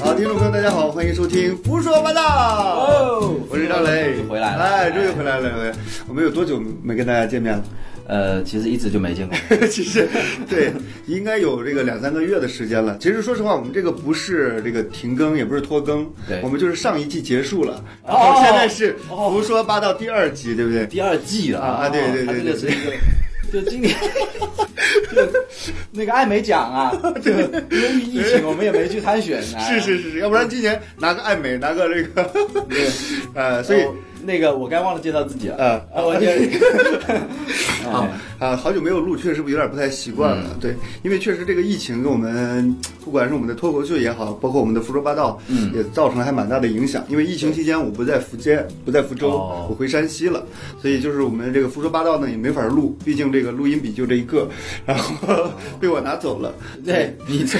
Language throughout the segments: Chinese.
好，听众朋友，大家好，欢迎收听《胡说八道》哦我是张雷，终于回来了哎，终于回来了，回来了我们有多久没跟大家见面了？ 呃，其实一直就没见过。其实，对，应该有这个两三个月的时间了。其实，说实话，我们这个不是这个停更，也不是拖更，对我们就是上一季结束了，哦然后现在是胡说八道第二集，对不对？第二季了啊啊对对他对这个是一个，就今年就那个艾美奖啊， 就因为疫情我们也没去参选啊。是是是是，要不然今年拿个艾美，拿个这个，对， 呃，所以哦那个我该忘了介绍自己了。呃啊，我介绍啊哎啊， 好久没有录，确实有点不太习惯嗯了。对，因为确实这个疫情给我们，不管是我们的脱口秀也好，包括我们的胡说八道，嗯，也造成了还蛮大的影响。因为疫情期间我不在福建，不在福州，哦我回山西了，所以就是我们这个胡说八道呢也没法录，毕竟这个录音笔就这一个， 然后被我拿走了。哦对你这，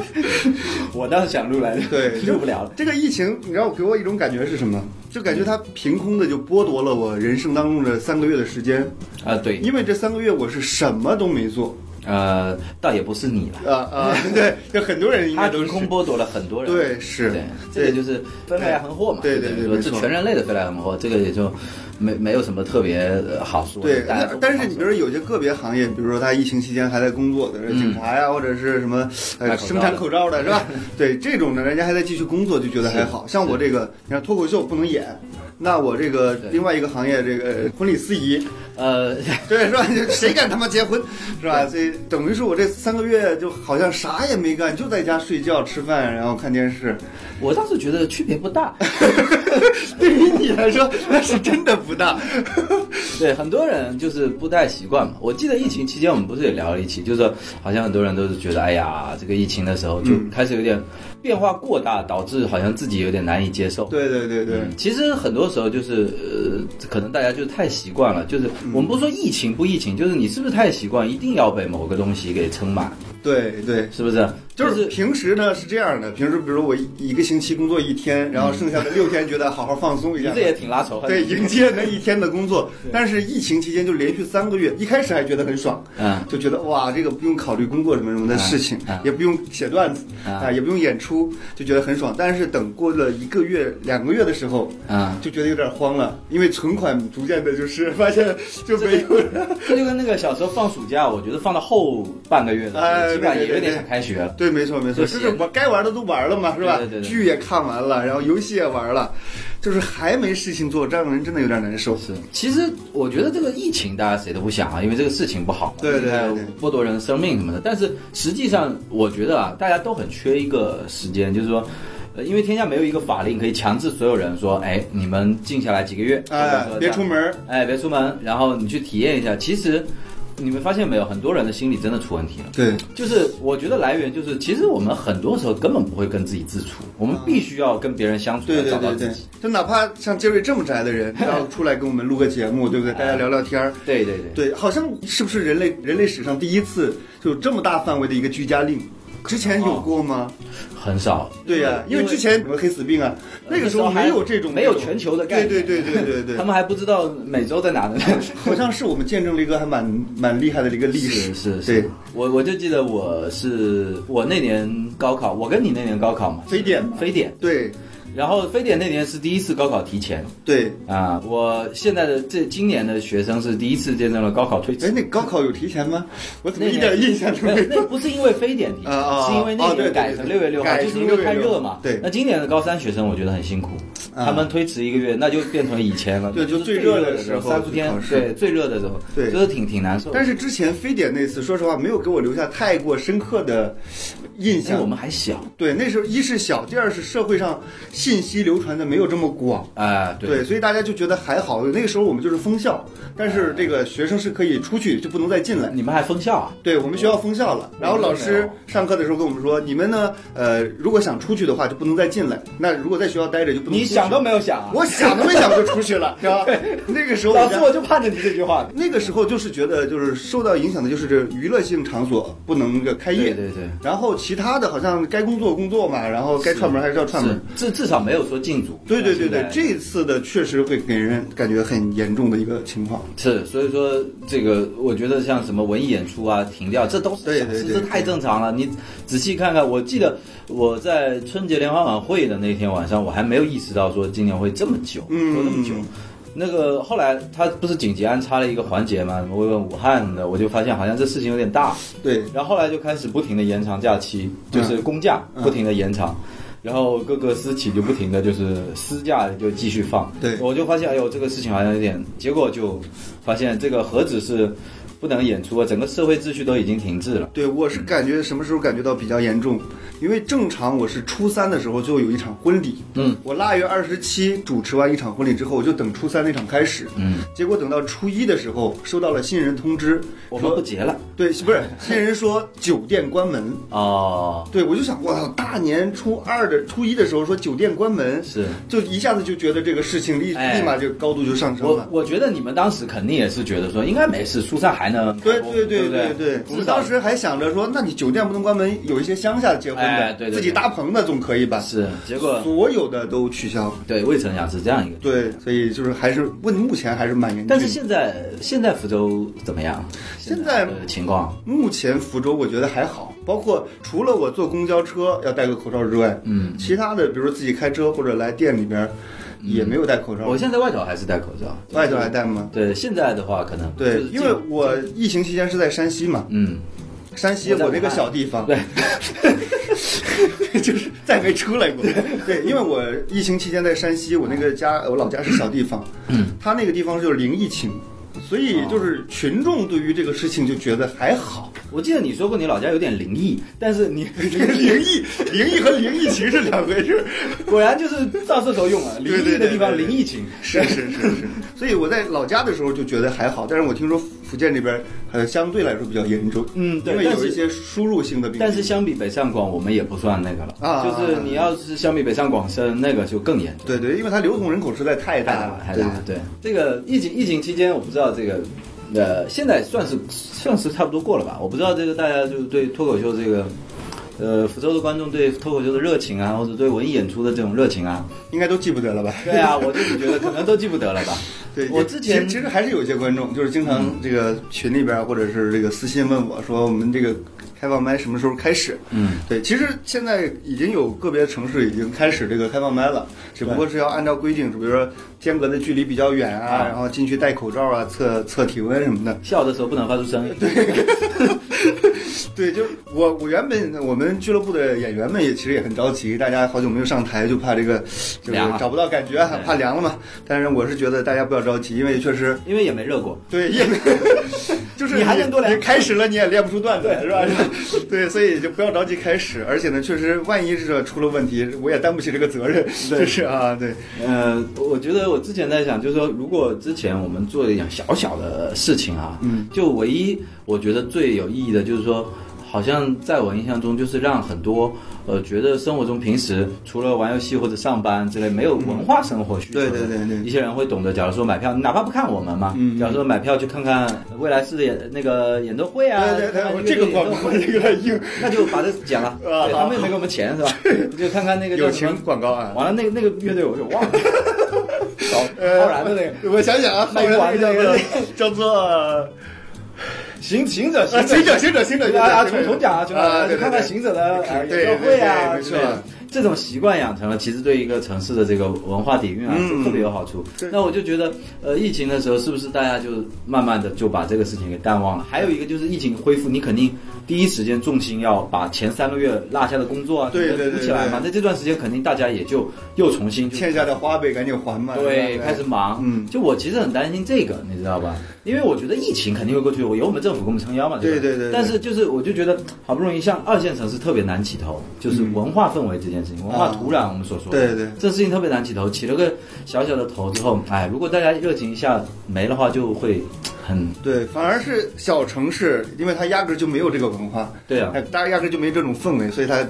我倒是想录来着，对，就录不了了。这个疫情，你知道给我一种感觉是什么？就感觉它凭空的就剥夺了我人生当中的三个月的时间，啊，对，因为这三个月我是什么都没做。呃，倒也不是你了，啊啊， 对，就很多人应他该都凭是空剥夺了很多人。对是对，对这个就是飞来横祸嘛。对对对对说没这错全人类的飞来横祸，这个也就没没有什么特别呃好说的。对，大家那都但是你比如说有些个别行业，比如说他疫情期间还在工作的人警察呀，或者是什么卖呃嗯口罩的生产口罩的是 吧？对，这种呢，人家还在继续工作，就觉得还好是像我这个，你看脱口秀不能演，那我这个对另外一个行业这个婚礼司仪，呃， 对是吧？ 谁敢他妈结婚是吧？所以等于是我这三个月就好像啥也没干，就在家睡觉、吃饭，然后看电视。 我倒是觉得区别不大。对于你来说，那是真的不大。 对，很多人就是不太习惯嘛。我记得疫情期间我们不是也聊了一期，就是说好像很多人都是觉得，哎呀，这个疫情的时候就嗯开始有点变化过大，导致好像自己有点难以接受。对对对对，嗯，其实很多时候就是呃，可能大家就是太习惯了，就是嗯我们不说疫情不疫情，就是你是不是太习惯一定要被某个东西给撑满，对对，是不是？就就是平时呢是这样的，平时比如我一一个星期工作一天，然后嗯剩下的六天觉得好好放松一下这，也挺拉仇恨的。对，迎接那一天的工作。但是疫情期间就连续三个月，一开始还觉得很爽，嗯，就觉得哇，这个不用考虑工作什么什么的事情啊啊，也不用写段子 啊啊，也不用演出，就觉得很爽。但是等过了一个月、两个月的时候，啊就觉得有点慌了，因为存款逐渐的就是发现就没有了。这就跟那个小时候放暑假，我觉得放到后半个月的时候，哎基本上对对也有对点想开学了。对，没错没错，就就是是我该玩的都玩了嘛，是吧？对对对对剧也看完了，然后游戏也玩了，就是还没事情做，这样的人真的有点难受。是，其实我觉得这个疫情大家谁都不想啊，因为这个事情不好嘛，对对对还有对剥夺人生命什么的。但是实际上，我觉得啊，大家都很缺一个时间，就是说。呃，因为天下没有一个法令可以强制所有人说，哎，你们静下来几个月，哎，别出，门，哎，别出门，然后你去体验一下。其实，你们发现没有，很多人的心理真的出问题了。对，就是我觉得来源就是，其实我们很多时候根本不会跟自己自处，我们必须要跟别人相处，对来对找到对自对己。，就哪怕像杰瑞这么宅的 人，然后出来跟我们录个节目，对不对？哎大家聊聊天儿。对对对对，好像是不是人类人类史上第一次就有这么大范围的一个居家令？之前有过吗？很少。对呀、因为之前什么黑死病啊，那个时候没有这种没有全球的概念，对对对对 对对他。们还不知道美洲在哪呢。 好像是我们见证了一个还蛮蛮厉害的一个历史，是是对是，我我就记得我是我那年高考，我跟你那年高考嘛，非典，非典，对然后非典那年是第一次高考提前对，啊，我现在的这今年的学生是第一次见证了高考推迟哎，。那高考有提前吗？我怎么那一点年印象都没那那有？不是因为非典提前啊啊啊，是因为哦那对年对改成对六月六号，改就成是因为太6月6热嘛。对那今年的高三学生我觉得很辛苦，啊他们推迟一个月，那就变成以前了。对就就是最最热热的的时候三伏天考，试对，最热的时候，对就是挺挺难受的。但是之前非典那次，说实话没有给我留下太过深刻的印因为哎我象。们还小对，那时候一是小，第二是社会上信息流传的没有这么广。啊，对对，所以大家就觉得还好。那个时候我们就是封校，但是这个学生是可以出去，就不能再进来。你们还封校啊？对我们学校封校了，嗯然后老师上课的时候跟我们说，你们呢，呃，如果想出去的话就不能再进来，那如果在学校待着就不能出你去。想都没有想啊！我想都没想就出去 了，是吧？那个时候老人师家，我就盼着你这句话。那个时候就是觉得就是受到影响的就是这娱乐性场所不能这开业，对对对然后其他的好像该工作工作嘛，然后该串门还是要串门是。至至少没有说禁足。对对对对像，现在这次的确实会给人感觉很严重的一个情况。是，所以说这个，我觉得像什么文艺演出啊、停掉，这都是对小对事，对这太正常了。你仔细看看，我记得我在春节联欢晚会的那天晚上，我还没有意识到说今年会这么久，嗯说那么久。那个后来他不是紧急安插了一个环节嘛，什么慰问武汉什么的，我就发现好像这事情有点大，对，然后后来就开始不停的延长假期，就是公假嗯不停的延长，然后各个私企就不停的就是私假就继续放。对我就发现哎呦这个事情好像有点，结果就发现这个何止是不能演出啊，整个社会秩序都已经停滞了。对，我是感觉什么时候感觉到比较严重，因为正常我是初三的时候就有一场婚礼，嗯，我腊月二十七主持完一场婚礼之后，我就等初三那场开始，嗯，结果等到初一的时候收到了新人通知，我们说不结了对，不是新人说酒店关门，哦，对我就想，我操，大年初二的初一的时候说酒店关门，是就一下子就觉得这个事情立、哎立马就高度就上升我了。我觉得你们当时肯定也是觉得说应该没事，初三还能对开工对对不对对，我至们少当时还想着说，那你酒店不能关门，有一些乡下结婚的，哎对对对自己搭棚的总可以吧？是结果所有的都取消。对未成想是这样一个。对，所以就是还是问目前还是蛮严峻的。但是现在现在福州怎么样？嗯现在在的情况，目前福州我觉得还好，包括除了我坐公交车要戴个口罩之外，嗯，其他的比如说自己开车或者来店里边也没有戴口罩。我现在在外头还是戴口罩，外头还戴吗？对，现在的话可能对就是，因为我疫情期间是在山西嘛，嗯，山西我那个小地方，对， 就是再没出来过。对，因为我疫情期间在山西，我那个家，我老家是小地方，嗯他那个地方就是零疫情，所哦以就是群众对于这个事情就觉得还好。 我记得你说过你老家有点灵异，但是你 灵异，灵异和零疫情是两回事儿。果然就是照射头用啊，灵对对异对的地方对对灵异情，是是是是，所以我在老家的时候就觉得还好，但是我听说福建这边呃相对来说比较严重，嗯对因为但有是一些输入性的病例，但是相比北上广，我们也不算那个了，啊就是你要是相比北上广深，那个就更严重。对对，因为它流动人口实在太太大大了了，，太对大了。对，这个疫情疫情期间，我不知道这个，呃，现在算是算是差不多过了吧？我不知道这个大家就是对脱口秀这个，呃，福州的观众对脱口秀的热情啊，或者对文艺演出的这种热 情啊，应该都记不得了吧？。对啊，我就是觉得可能都记不得了吧对，我也之前其实其实还是有一些观众，就是经常这个群里边儿或者是这个私信问我说，我们这个开放麦什么时候开始？嗯，对，其实现在已经有个别城市已经开始这个开放麦了，只不过是要按照规定，比如说间隔的距离比较远啊，啊然后进去戴口罩啊，测测体温什么的。笑的时候不能发出声音。对，对，就我我原本我们俱乐部的演员们也其实也很着急，大家好久没有上台，就怕这个就是凉啊找不到感觉，对怕凉了嘛。但是我是觉得大家不要着急，因为确实因为也没热过。 对，也 没，就是你还能多聊你开始了，你也练不出段子来，是吧？ 对，所以就不要着急开始。而且呢，确实，万一是出了问题，我也担不起这个责任。 就是啊，对，呃，我觉得我之前在想，就是说，如果之前我们做一点小小的事情啊，嗯，就唯一我觉得最有意义的，就是说，好像在我印象中，就是让很多呃觉得生活中平时除了玩游戏或者上班之类没有文化生活需求的、嗯对对对对一些人会懂得，假如说买票，哪怕不看我们嘛，嗯假如说买票去看看未来式的演那个演奏会啊，对对对，看看我乐队这个演广奏告会有点硬， 那就把这讲了。 啊对，好他们也没给我们钱是吧？ 就看看那个叫友什么情广告啊。完了，那个那个乐队我就 忘了，呃浩浩然的那个。个，我想想啊，浩卖然瓜那的那个个叫做 行行者，啊，行者，行者，行者，行者啊啊，行者重重讲啊，重啊讲，对就对看看对行者的啊对演唱会啊，对对对之没类错的。这种习惯养成了，其实对一个城市的这个文化底蕴啊，嗯是特别有好处对。那我就觉得，呃，疫情的时候是不是大家就慢慢的就把这个事情给淡忘了？还有一个就是疫情恢复，你肯定第一时间重心要把前三个月落下的工作啊，对对对补起来对嘛。那这段时间肯定大家也就又重新就欠下的花呗赶紧还嘛。对，是吧开始忙。嗯就我其实很担心这个，你知道吧？因为我觉得疫情肯定会过去，我有我们政府给我们撑腰嘛。吧对对对对但是就是我就觉得，好不容易像二线城市特别难起头，就是文化氛围这件事情，文化土壤我们所说的，嗯对对这事情特别难起头。起了个小小的头之后，哎，如果大家热情一下没的话，就会很对，反而是小城市，因为它压根儿就没有这个文化，对啊哎大家压根儿就没这种氛围，所以它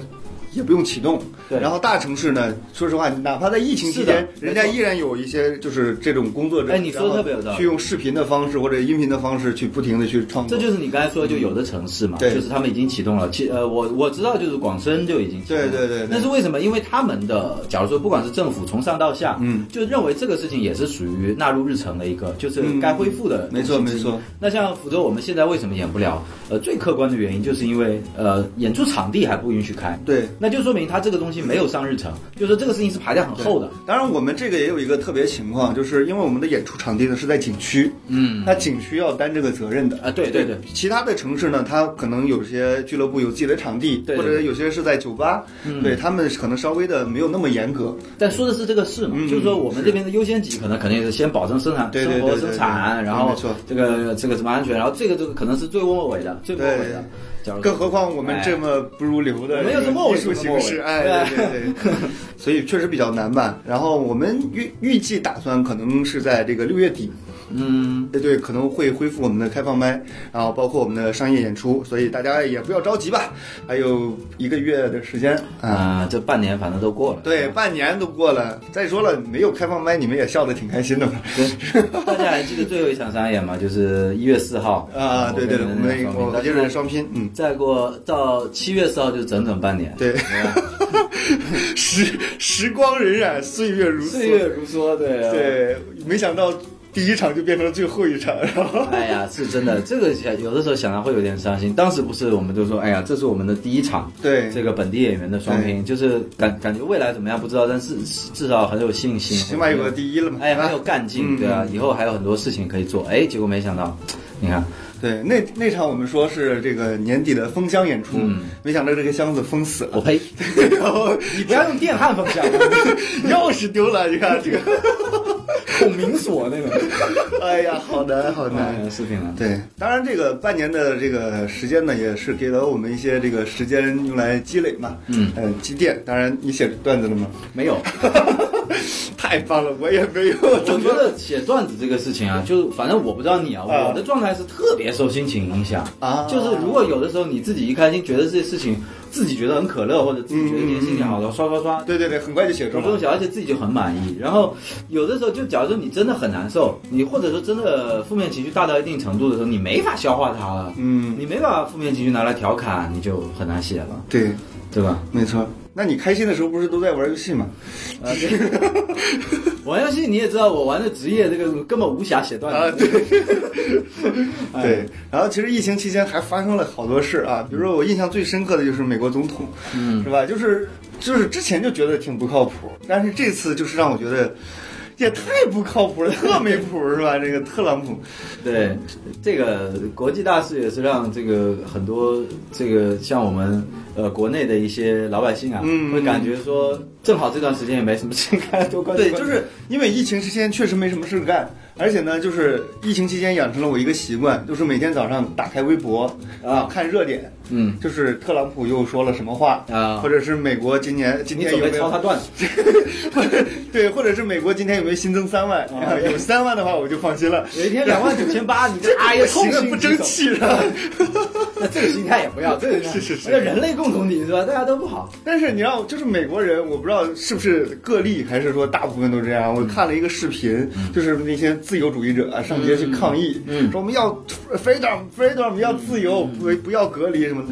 也不用启动。对然后大城市呢，说实话，哪怕在疫情期是的间，人家没错依然有一些就是这种工作者，哎你说然后特别有道理去用视频的方式或者音频的方式去不停的去创作。这就是你刚才说，就有的城市嘛，对就是他们已经启动了。其呃，我我知道，就是广深就已经启动了对对对对但是为什么？因为他们的，假如说不管是政府从上到下，嗯，就认为这个事情也是属于纳入日程的一个，就是该恢复的、嗯没错没错。那像福州，我们现在为什么演不了？呃，最客观的原因就是因为呃，演出场地还不允许开。对，那就说明他这个东西没有上日程，就说这个事情是排在很后的。当然，我们这个也有一个特别情况，就是因为我们的演出场地呢是在景区，嗯，那景区要担这个责任的啊对对对其他的城市呢，它可能有些俱乐部有自己的场地，对对嗯或者有些是在酒吧，对他们可能稍微的没有那么严格，但说的是这个事嘛，嗯就是说我们这边的优先级可能肯定是先保证生产、对对生活、对对生产，对然后没错这个这个什么安全，然后这个这个可能是最末尾的，最末尾的。假如说更何况我们这么不入流的哎我们又是末艺尾术形式，末尾哎，对对 对，所以确实比较难吧。然后我们预预计打算可能是在这个六月底，嗯，对对，可能会恢复我们的开放麦，然后包括我们的商业演出，所以大家也不要着急吧，还有一个月的时间啊。啊、这半年反正都过了，对，半年都过了。再说了，没有开放麦，你们也笑得挺开心的嘛。大家还记得最后一场商演吗？就是一月四号啊，对对对，我们我我就是双拼，嗯，再过到七月四号就整整半年，对吧， 时时光荏苒，岁月如岁月梭。如梭，对啊。对，没想到第一场就变成了最后一场，然后哎呀，是真的，这个想有的时候想到会有点伤心。当时不是我们就说，哎呀，这是我们的第一场，对这个本地演员的双拼，就是感感觉未来怎么样不知道，但是至少很有信心，起码有个第一了嘛。哎，啊很有干劲，嗯对啊，以后还有很多事情可以做。哎，结果没想到，你看，对，那那场我们说是这个年底的封箱演出，没想到这个箱子封死我了，呸，然后 你不要用电焊方向，啊钥匙丢了，你看这个，孔明锁 那种。哎呀，好难，好难。哎，视频了，对，当然这个半年的这个时间呢，也是给了我们一些这个时间用来积累嘛，嗯呃，积淀。当然，你写段子了吗？ 没 有。太棒了，我也没有。我觉得写段子这个事情啊，就反正我不知道你啊，啊我的状态是特别受心情影响啊就是如果有的时候你自己一开心，觉得这些事情自己觉得很可乐，或者自己觉得今天心情好，然后刷刷刷，对对对，很快就写出主动来。小，而且自己就很满意。然后有的时候就，假如说你真的很难受，你或者说真的负面情绪大到一定程度的时候，你没法消化它了，嗯你没把负面情绪拿来调侃，你就很难写了，对，对吧？没错。那你开心的时候不是都在玩游戏吗？啊，对玩游戏你也知道，我玩的职业这个根本无暇写段啊，子。对， 对。然后其实疫情期间还发生了好多事啊，比如说我印象最深刻的就是美国总统，嗯，是吧？就是就是之前就觉得挺不靠谱，但是这次就是让我觉得。也太不靠谱了，特没谱是吧？这个特朗普，对，这个国际大事也是让这个很多这个像我们呃国内的一些老百姓啊，嗯会感觉说，正好这段时间也没什么事干，多关注对，关就注是因为疫情期间确实没什么事干，而且呢，就是疫情期间养成了我一个习惯，就是每天早上打开微博啊看热点，嗯就是特朗普又说了什么话啊或者是美国今年今你天准有备没抄有他段子？或者 对，或者是美国今天有没有新增三万？啊有三万的话，我就放心了。有一天两万九 千八，你这哎呀，我行了，痛不心争疾首，气 了。那这个心态也不 要，这个心态是是是这人类共同体是吧？大家都不好。但是你让就是美国人，我不知道是不是个例，还是说大部分都这样。嗯我看了一个视频，就是那些自由主义者啊上街去抗议，嗯嗯嗯说我们要 freedom freedom 要自由，不不要隔离什么的。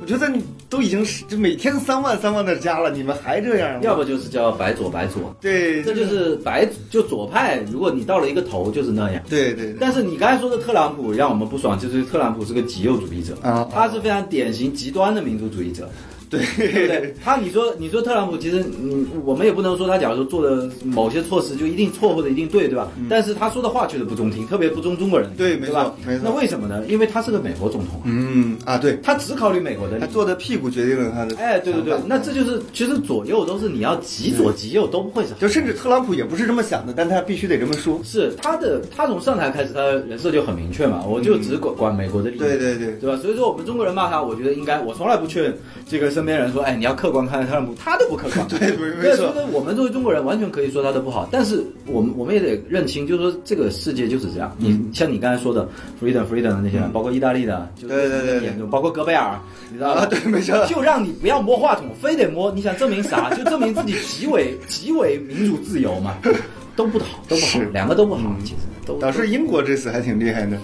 我觉得你都已经是就每天三万三万的加了，你们还这样吗？要不就是叫白左白左，对，这就是白就左派。如果你到了一个头，就是那样。对对对但是你刚才说的特朗普让我们不爽，就是特朗普是个极右主义者啊他是非常典型极端的民族主 义者，对不对对？他你说你说特朗普，其实你我们也不能说他假如说做的某些措施就一定错或者一定对，对吧？但是他说的话确实不中听，特别不中中国人听，嗯对没对错吧？没错那为什么呢？因为他是个美国总统啊， 嗯啊对，他只考虑美国的利他益。坐的屁股决定了他的。哎，对对对，那这就是其实左右都是你要极左极右都不会是好就甚至特朗普也不是这么想的，但他必须得这么说。是他的，他从上台开始，他的人设就很明确嘛，我就只管管美国的利益，对对对对吧？所以说我们中国人骂他，我觉得应该，我从来不劝这个身边人说，哎，你要客观看待特朗普，他都不客 观。对不是没错所以说我们作为中国人，完全可以说他的不好，但是我们我们也得认清，就是说这个世界就是这样。你像你刚才说的 freedom freedom 的那些人，包括意大利的，就是对对对对严重，包括戈贝尔，你知道啊，吧？对，没错，就让你不要摸话筒，非得摸，你想证明啥？就证明自己极为极为民主自由 嘛，都不好，都不好是，嗯两个都不好，其实都导致英国这次还挺厉害的，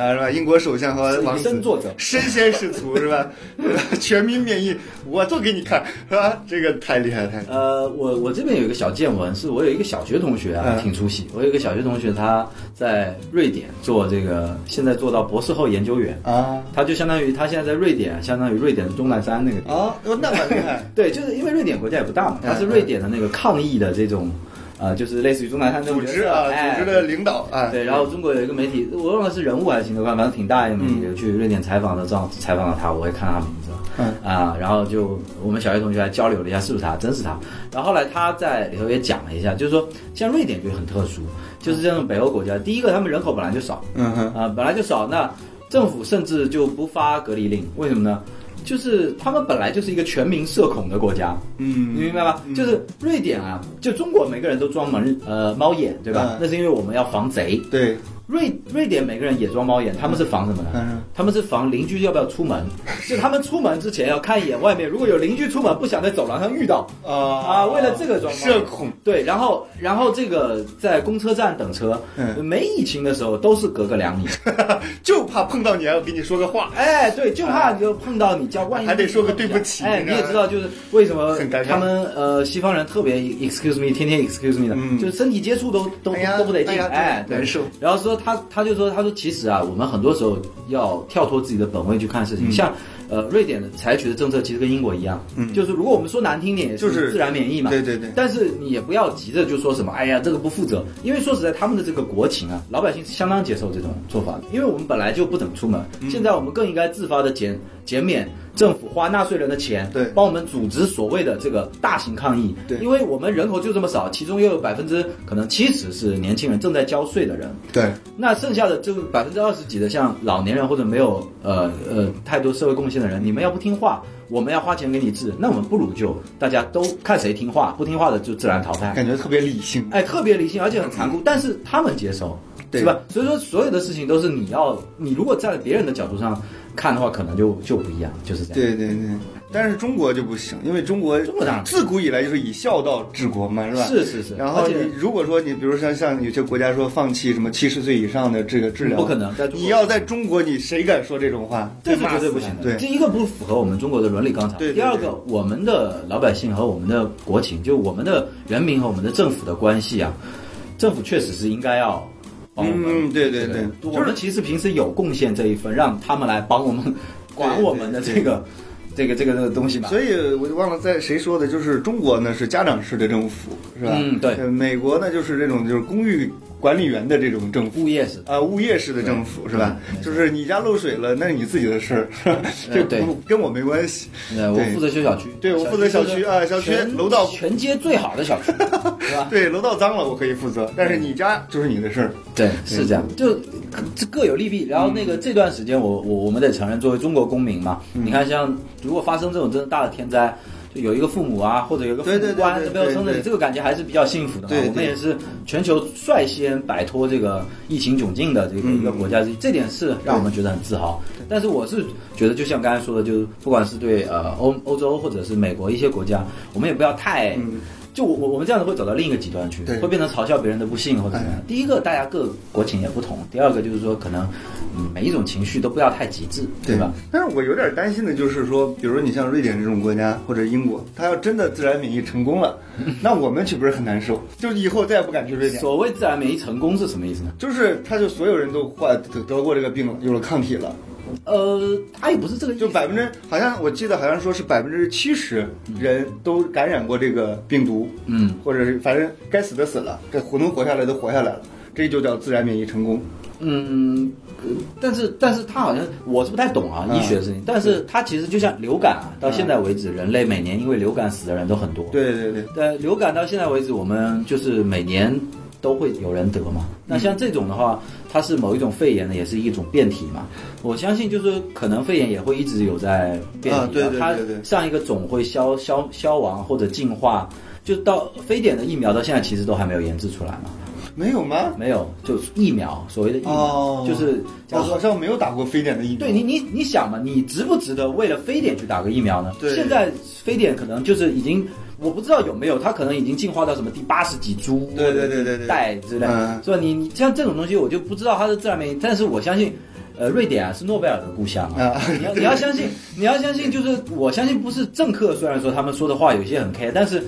啊，是吧？英国首相和王以子身作则身先士卒，是吧？ 对吧全民免疫，我做给你看，是吧？这个太厉害了，太厉害了呃，我我这边有一个小见闻，是我有一个小学同学啊，嗯挺出息。我有一个小学同学，他在瑞典做这个，现在做到博士后研究员，啊他就相当于他现在在瑞典，相当于瑞典的钟南山那个地方。啊，嗯哦那蛮厉害，对，就是因为瑞典国家也不大嘛，他是瑞典的那个抗疫的这种，呃，就是类似于钟南山这 种哎组织啊，组织的领导啊，对，然后中国有一个媒体，我忘了是人物还是行动官，反正挺大一个媒体，去瑞典采访的，正好采访了他，我也看他名字，嗯啊，然后就我们小学同学还交流了一下是不是他，真是他。然后后来他在里头也讲了一下，就是说像瑞典就很特殊，就是这种北欧国家，第一个他们人口本来就少，嗯哼，啊、本来就少，那政府甚至就不发隔离令，为什么呢？就是他们本来就是一个全民社恐的国家，嗯，你明白吧？就是瑞典啊，就中国每个人都装门呃猫眼，对吧？嗯那是因为我们要防贼。对，瑞瑞典每个人也装猫眼，他们是防什么呢？嗯他们是防邻居要不要出 门，就他们出门之前要看一眼外面，如果有邻居出门不想在走廊上遇到，啊啊为了这个装猫社恐，对，然后然后这个在公车站等车，嗯没疫情的时候都是隔个两米， 就怕碰到你，我给你说个话，哎，对，就怕你就碰到你，叫万一还得说个对不起哎，你知道你吗也知道，就是为什么很尴尬他们呃西方人特别 excuse me，天天 excuse me 的，嗯就是身体接触都都、哎呀都不得哎劲，呀哎，对对难受。然后说他他就说他说其实啊，我们很多时候要跳脱自己的本位去看事情，像。呃，瑞典的采取的政策其实跟英国一样，嗯就是如果我们说难听点，也就是自然免疫嘛，对对对但是你也不要急着就说什么，哎呀，这个不负责，因为说实在，他们的这个国情啊，老百姓是相当接受这种做法的，因为我们本来就不怎么出门，嗯现在我们更应该自发的减减免政府花纳税人的钱，对帮我们组织所谓的这个大型抗议，对因为我们人口就这么少，其中又有百分之可能七十是年轻人正在交税的人，对，那剩下的就是百分之二十几的，像老年人或者没有呃呃太多社会贡献的人，你们要不听话，我们要花钱给你治，那我们不如就大家都看谁听话，不听话的就自然淘汰。感觉特别理性，哎，特别理性，而且很残酷，但是他们接受，对是吧？所以说，所有的事情都是你要，你如果站在别人的角度上看的话，可能就就不一样，就是这样。对对对。但是中国就不行，因为中国中国当然自古以来就是以孝道治国嘛，是吧？是是是，然后而且你如果说你比如像像有些国家说放弃什么七十岁以上的这个治疗，嗯不可能在中国你要在中国，你谁敢说这种话？这是骂绝死对他不行的。对，第一个不符合我们中国的伦理纲常。对对第二个，我们的老百姓和我们的国情，就我们的人民和我们的政府的关系啊，政府确实是应该要。帮我们嗯对对这个对就是我们其实平时有贡献这一份，让他们来帮我们管我们的这个、这个、这个、这个东西嘛。所以我就忘了在谁说的，就是中国呢是家长式的政府，是吧？嗯对呃美国呢就是这种就是公寓管理员的这种政府。物业是啊，物业式的政府是吧？没错嗯就是你家漏水了，那是你自己的事儿， 是吧这对不跟我没关系。呃，我对负责修小区，对我负责小区啊小区全楼道全街最好的小区，是吧？嗯对，楼道脏了我可以负责，但是你家就是你的事儿。对，是这样，嗯就这各有利弊。然嗯后那个这段时间我，我我们得承认，作为中国公民嘛，嗯你看像如果发生这种真的大的天灾。就有一个父母啊，或者有一个父对对母对官对对没有生着对你，这个感觉还是比较幸福的嘛对对。我们也是全球率先摆脱这个疫情窘境的这嗯个一个国家，这点是让我们觉得很自豪。但是我是觉得，就像刚才说的，就是不管是对呃欧欧洲或者是美国一些国家，我们也不要太，就我我我们这样子会走到另一个极端去嗯对，会变成嘲笑别人的不幸或者嗯怎么样。第一个，大家各国情也不同；第二个就是说，可能嗯每一种情绪都不要太极致，对吧？？但是我有点担心的就是说，比如说你像瑞典这种国家或者英国，它要真的自然免疫成功了，那我们岂不是很难受？就以后再也不敢去瑞典。嗯所谓自然免疫成功是什么意思呢？就是，他就所有人都患得得过这个病了，有了抗体了，呃，它也不是这个意思，就百分之好像我记得好像说是百分之七十人都感染过这个病毒，嗯，或者是反正该死的死了，该活能活下来的活下来了，这就叫自然免疫成功。嗯，呃但是但是它好像我是不太懂啊嗯医学的事情，但是它其实就像流感啊，到现在为止，人类每呃年因为流感死的人都很多，对对对，对，流感到现在为止，我们就是每年。都会有人得嘛。嗯那像这种的话，它是某一种肺炎的，也是一种变体嘛。我相信就是可能肺炎也会一直有在变体的，啊对对对对它上一个总会消消消亡或者进化，就到非典的疫苗到现在其实都还没有研制出来嘛。没有吗？没有，就是疫苗，所谓的疫苗，哦嗯就是假我如说好像没有打过非典的疫苗。对你，你你想嘛，你值不值得为了非典去打个疫苗呢？对现在非典可能就是已经，我不知道有没有，它可能已经进化到什么第八十几株对对对对对带之类嗯，所以你你像这种东西，我就不知道它的自然免疫，但是我相信。呃，瑞典啊是诺贝尔的故乡啊啊！你要你要相信，你要相信，就是我相信不是政客，虽然说他们说的话有些很 K，但是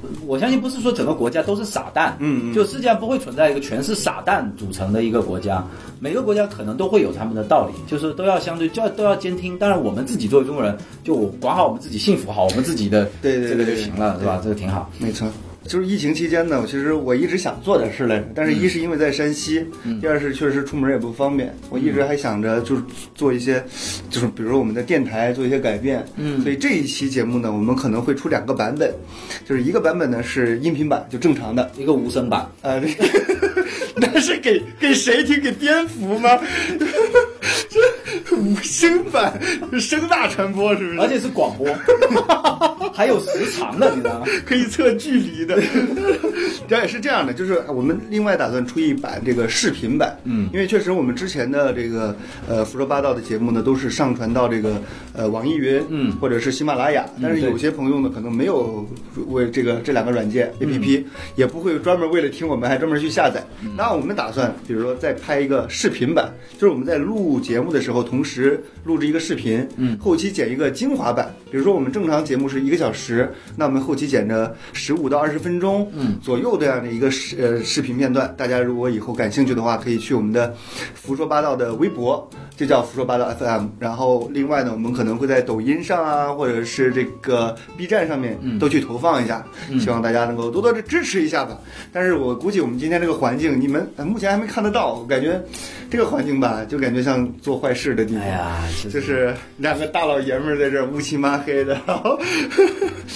呃我相信不是说整个国家都是傻蛋，嗯嗯就世界上不会存在一个全是傻蛋组成的一个国家，每个国家可能都会有他们的道理，就是都要相对就要都要监听。当然，我们自己作为中国人，就我管好我们自己，幸福好我们自己的对对这个就对行了，是吧？这个挺好。没错。就是疫情期间呢，其实我一直想做点事来着，但嗯是一是因为在山西，第二是确实出门也不方便。我一直嗯还想着就是做一些，就是比如我们的电台做一些改变。嗯，所以这一期节目呢，我们可能会出两个版本，就是一个版本呢是音频版，就正常的，一个无声版，呃， 那是给给谁听？给蝙蝠吗？ 这 无声版声大传播是不是？而且是广播， 还有时长的，你知道吗？ 可以测距离 的。然后也是这样的，就是我们另外打算出一版这个视频版，嗯，因为确实我们之前的这个呃胡说八道的节目呢，都是上传到这个呃网易云，嗯，或者是喜马拉雅，但是对有些朋友呢可能没有为这个这两个软件 APP，、也不会专门为了听我们还专门去下载。那我们打算，比如说再拍一个视频版，就是我们在录节目的时候，同时录制一个视频，嗯，后期剪一个精华版。比如说我们正常节目是一个小时，那我们后期剪着十五到二十分钟，嗯，左右这样的一个视呃视频片段。大家如果以后感兴趣的话，可以去我们的“胡说八道”的微博，就叫“胡说八道 FM”。然后另外呢，我们可能会在抖音上啊，或者是这个 B 站上面嗯都去投放一下，希望大家能够多多的支持一下吧。但是我估计我们今天这个环境，你们呃目前还没看得到，我感觉这个环境吧，就感觉像做坏事的地方。哎呀，就就是是两个大老爷们儿在这儿乌漆嘛黑的，然后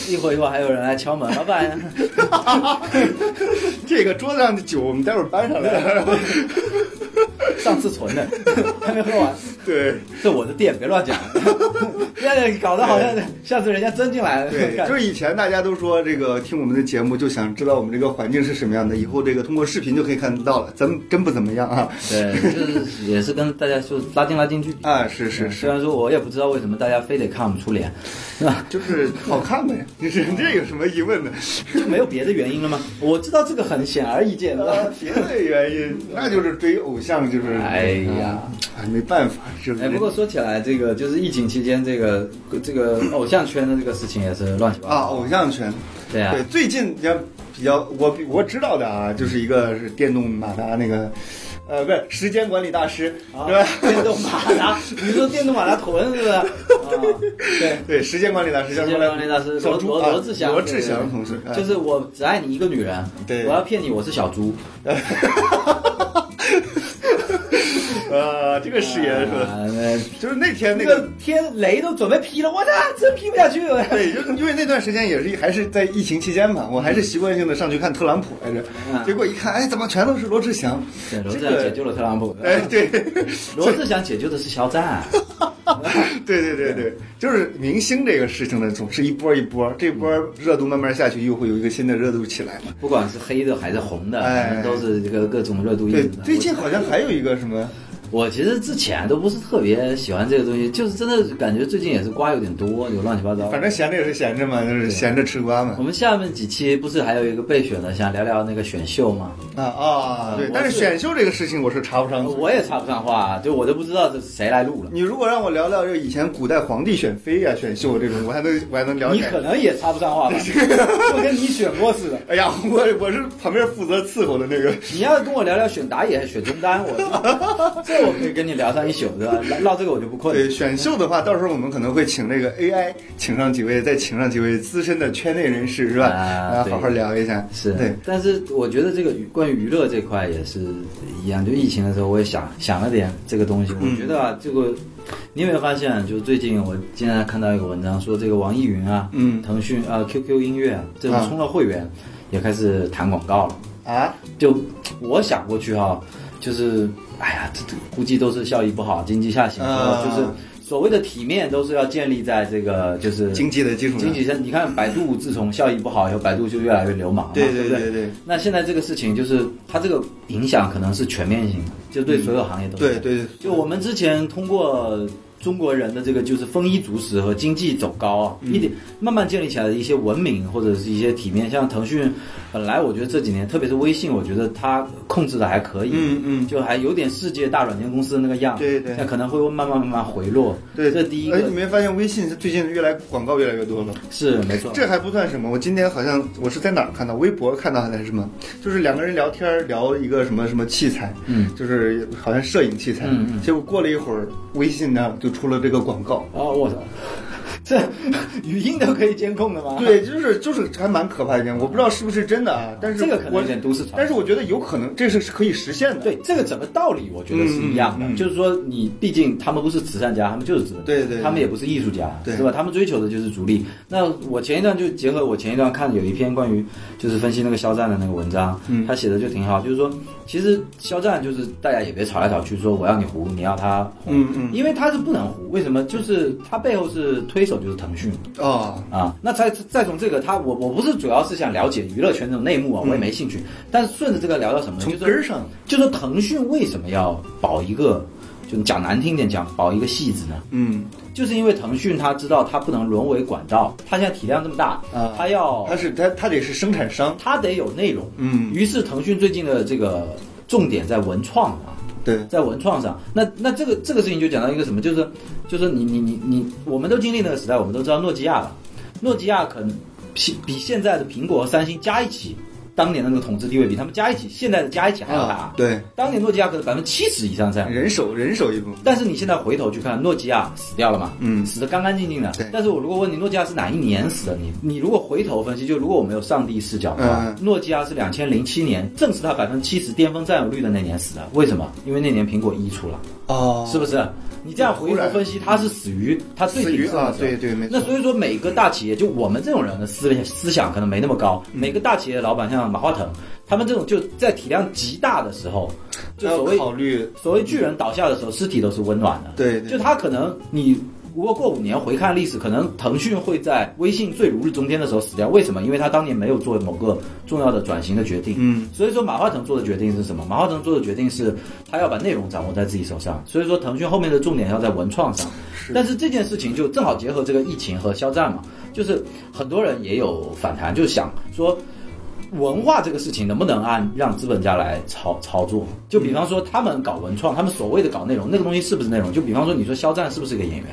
一会儿一会儿还有人来敲门，老板， 这个桌子上的酒我们待会儿搬上来。然后上次存的 还没喝完， 对这我的店，别乱讲， 现在搞得好像下次人家真进 来了，对，干就是以前大家都说这个听我们的节目就想知道我们这个环境是什么样的，以后这个通过视频就可以看得到了，咱们真不怎么样啊。对，就是也是跟大家就拉近拉近距离。啊，是是是，虽然说我也不知道为什么大家非得看我们出脸，是 吧？就是好看呗， 你是这有什么疑问呢？就没有别的原因了吗？我知道这个很显而易见，知道吧？别的原因， 那就是追偶像，就是哎呀，哎没办法，就是哎，不过说起来，这个就是疫情期间，这个这个偶像圈的这个事情也是乱七八糟。啊，偶像圈，对啊对，最近比较比较，我比我知道的啊，就是一个是电动马达那个，呃，不是时间管理大师，啊是吧？电动马 达，你说电动马达臀是不是？啊，对。对，时间管理大师，时间管理大师小罗猪罗啊罗志祥，罗志祥同事，哎就是我只爱你一个女人，对我要骗你我是小猪，呃，这个誓言说的，啊那就是那天那那个个。天雷都准备劈了，我操，真劈不下去了。对，就是因为那段时间也是还是在疫情期间嘛，我还是习惯性的上去看特朗普来着，嗯结果一看，哎，怎么全都是罗志祥？对，罗这志个祥解救了特朗普。哎，对，罗志祥解救的是肖 战。 对对对嗯对，就是明星这个事情呢，总是一波一波，这波嗯热度慢慢下去，又会有一个新的热度起来嘛。不管是黑的还是红的，哎反正都是这个各种热度一对直在，最近好像还有一个什么，我其实之前都不是特别喜欢这个东西，就是真的感觉最近也是瓜有点多，有乱七八糟。反正闲着也是闲着嘛，就是闲着吃瓜嘛我。们下面几期不是还有一个备选的，想聊聊那个选秀吗？啊啊，对我，但是是选秀这个事情我是插不上嘴。我也插不上话，就我都不知道这是谁来录了。你如果让我聊聊这以前古代皇帝选妃呀、选秀这种，我还能我还能聊你起来。可能也插不上话 吧，就跟你选过似的。哎呀，我我是旁边负责伺候的那个。你要跟我聊聊选打野还是选中单， 我这我可以跟你聊上一宿，对吧？唠这个我就不困。对选秀的话，到时候我们可能会请这个 AI，请上几位，再请上几位资深的圈内人士，是吧？啊大家好好对聊一下。是对，，但是我觉得这个娱关于娱乐这块也是一样。就疫情的时候，我也想想了点这个东西。嗯我觉得啊，这个你有没有发现？啊就最近我竟然看到一个文章，说这个网易云啊，嗯腾讯啊，QQ 音乐啊，这种啊充了会员，也开始谈广告了。啊，就我想过去哈、啊就是哎呀，这这估计都是效益不好，经济下行，啊就是所谓的体面都是要建立在这个就是经济的基础上经济上，你看百度自从效益不好以后，百度就越来越流氓了嘛，对对对不对对那现在这个事情就是它这个影响可能是全面性的，就对所有行业都是。嗯对对对就我们之前通过中国人的这个就是丰衣足食和经济走高啊，一嗯点慢慢建立起来的一些文明或者是一些体面，像腾讯，本来我觉得这几年，特别是微信，我觉得它控制的还可以，嗯嗯就还有点世界大软件公司的那个样，对对那可能会慢慢慢慢回落，对，这第一哎，个你没发现微信最近越来广告越来越多了？是没错，这还不算什么，我今天好像我是在哪儿看到，微博看到还是什么，就是两个人聊天儿聊一个什么什么器材，嗯，就是好像摄影器材，嗯嗯结果过了一会儿，微信呢就出了这个广告。啊，我操，这语音都可以监控的吗？对，就是就是还蛮可怕一点，我不知道是不是真的啊，但是这个可能我有点都市传说但是我觉得有可能这是可以实现的。对这个整个道理，我觉得是一样的，嗯嗯嗯就是说你毕竟他们不是慈善家，他们就是慈善家，对对对他们也不是艺术家，对是吧？他们追求的就是逐利。那我前一段就结合我前一段看有一篇关于就是分析那个肖战的那个文章，嗯他写的就挺好，就是说其实肖战就是大家也别吵来吵去说我要你糊，你要他红，嗯嗯因为他是不能糊，为什么？就是他背后是推手就是腾讯，哦，啊，那再再从这个他我我不是主要是想了解娱乐圈这种内幕啊，我也没兴趣。但是顺着这个聊到什么嗯呢？从就是根儿上，就是腾讯为什么要保一个，就讲难听点讲保一个戏子呢？嗯，就是因为腾讯他知道他不能沦为管道，他现在体量这么大，啊他要它是它它得是生产商，他得有内容。嗯，于是腾讯最近的这个重点在文创啊。对，在文创上，那那这个这个事情就讲到一个什么，就是就是你你你你，我们都经历那个时代，我们都知道诺基亚了，诺基亚可能比比现在的苹果和三星加一起，当年的那个统治地位比他们加一起，现在的加一起还要大。啊，对，当年诺基亚可能百分之七十以上占有。人手人手一部，但是你现在回头去看，诺基亚死掉了嘛？嗯死的干干净净的对。但是我如果问你，诺基亚是哪一年死的？你你如果回头分析，就如果我没有上帝视角的话，嗯诺基亚是两千零七年，正是它百分之七十巅峰占有率的那年死的。为什么？因为那年苹果一出了，哦是不是？你这样回头分析，它是死于它最死于鼎盛的啊时候对对没错那所以说，每个大企业，就我们这种人的思思想可能没那么高。嗯每个大企业的老板，像马化腾，他们这种就在体量极大的时候，就所谓要考虑，所谓巨人倒下的时候，尸体都是温暖的。对对就他可能你如果过五年回看历史，可能腾讯会在微信最如日中天的时候死掉。为什么？因为他当年没有做某个重要的转型的决定。嗯，所以说马化腾做的决定是什么？马化腾做的决定是他要把内容掌握在自己手上。所以说腾讯后面的重点要在文创上。是但是这件事情就正好结合这个疫情和肖战嘛，就是很多人也有反弹，就想说。文化这个事情能不能按让资本家来操操作？就比方说他们搞文创，他们所谓的搞内容，那个东西是不是内容？就比方说你说肖战是不是个演员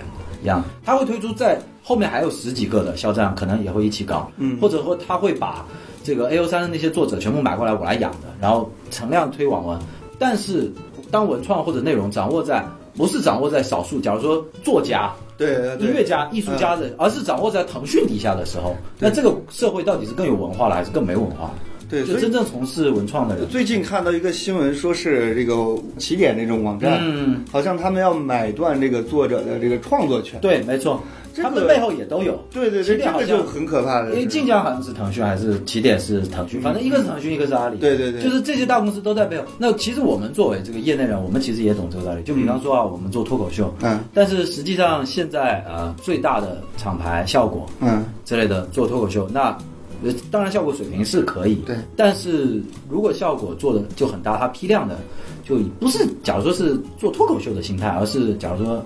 一嗯样，他会推出在后面还有十几个的肖战，可能也会一起搞，嗯或者说他会把这个 A O 三的那些作者全部买过来我来养的，然后陈量推网文。但是当文创或者内容掌握在不是掌握在少数，假如说作家、对，啊对啊音乐家、艺术家的，而是掌握在腾讯底下的时候，那这个社会到底是更有文化了，还是更没文化？对，就所真以正从事文创的人，最近看到一个新闻，说是这个起点那种网站，嗯，好像他们要买断这个作者的这个创作权。对，没错，这他个们背后也都有。对对起对，点这好个像就很可怕的因为是。晋江好像是腾讯还是起点是腾讯，反正一个是腾讯，一个是阿里。对对对就是这些大公司都在背后。那其实我们作为这个业内人，我们其实也懂这个道理。就比方说啊，我们做脱口秀，嗯但是实际上现在呃最大的厂牌效果嗯，之类的做脱口秀，那呃当然效果水平是可以，对。但是如果效果做的就很大，它批量的就不是假如说是做脱口秀的心态，而是假如说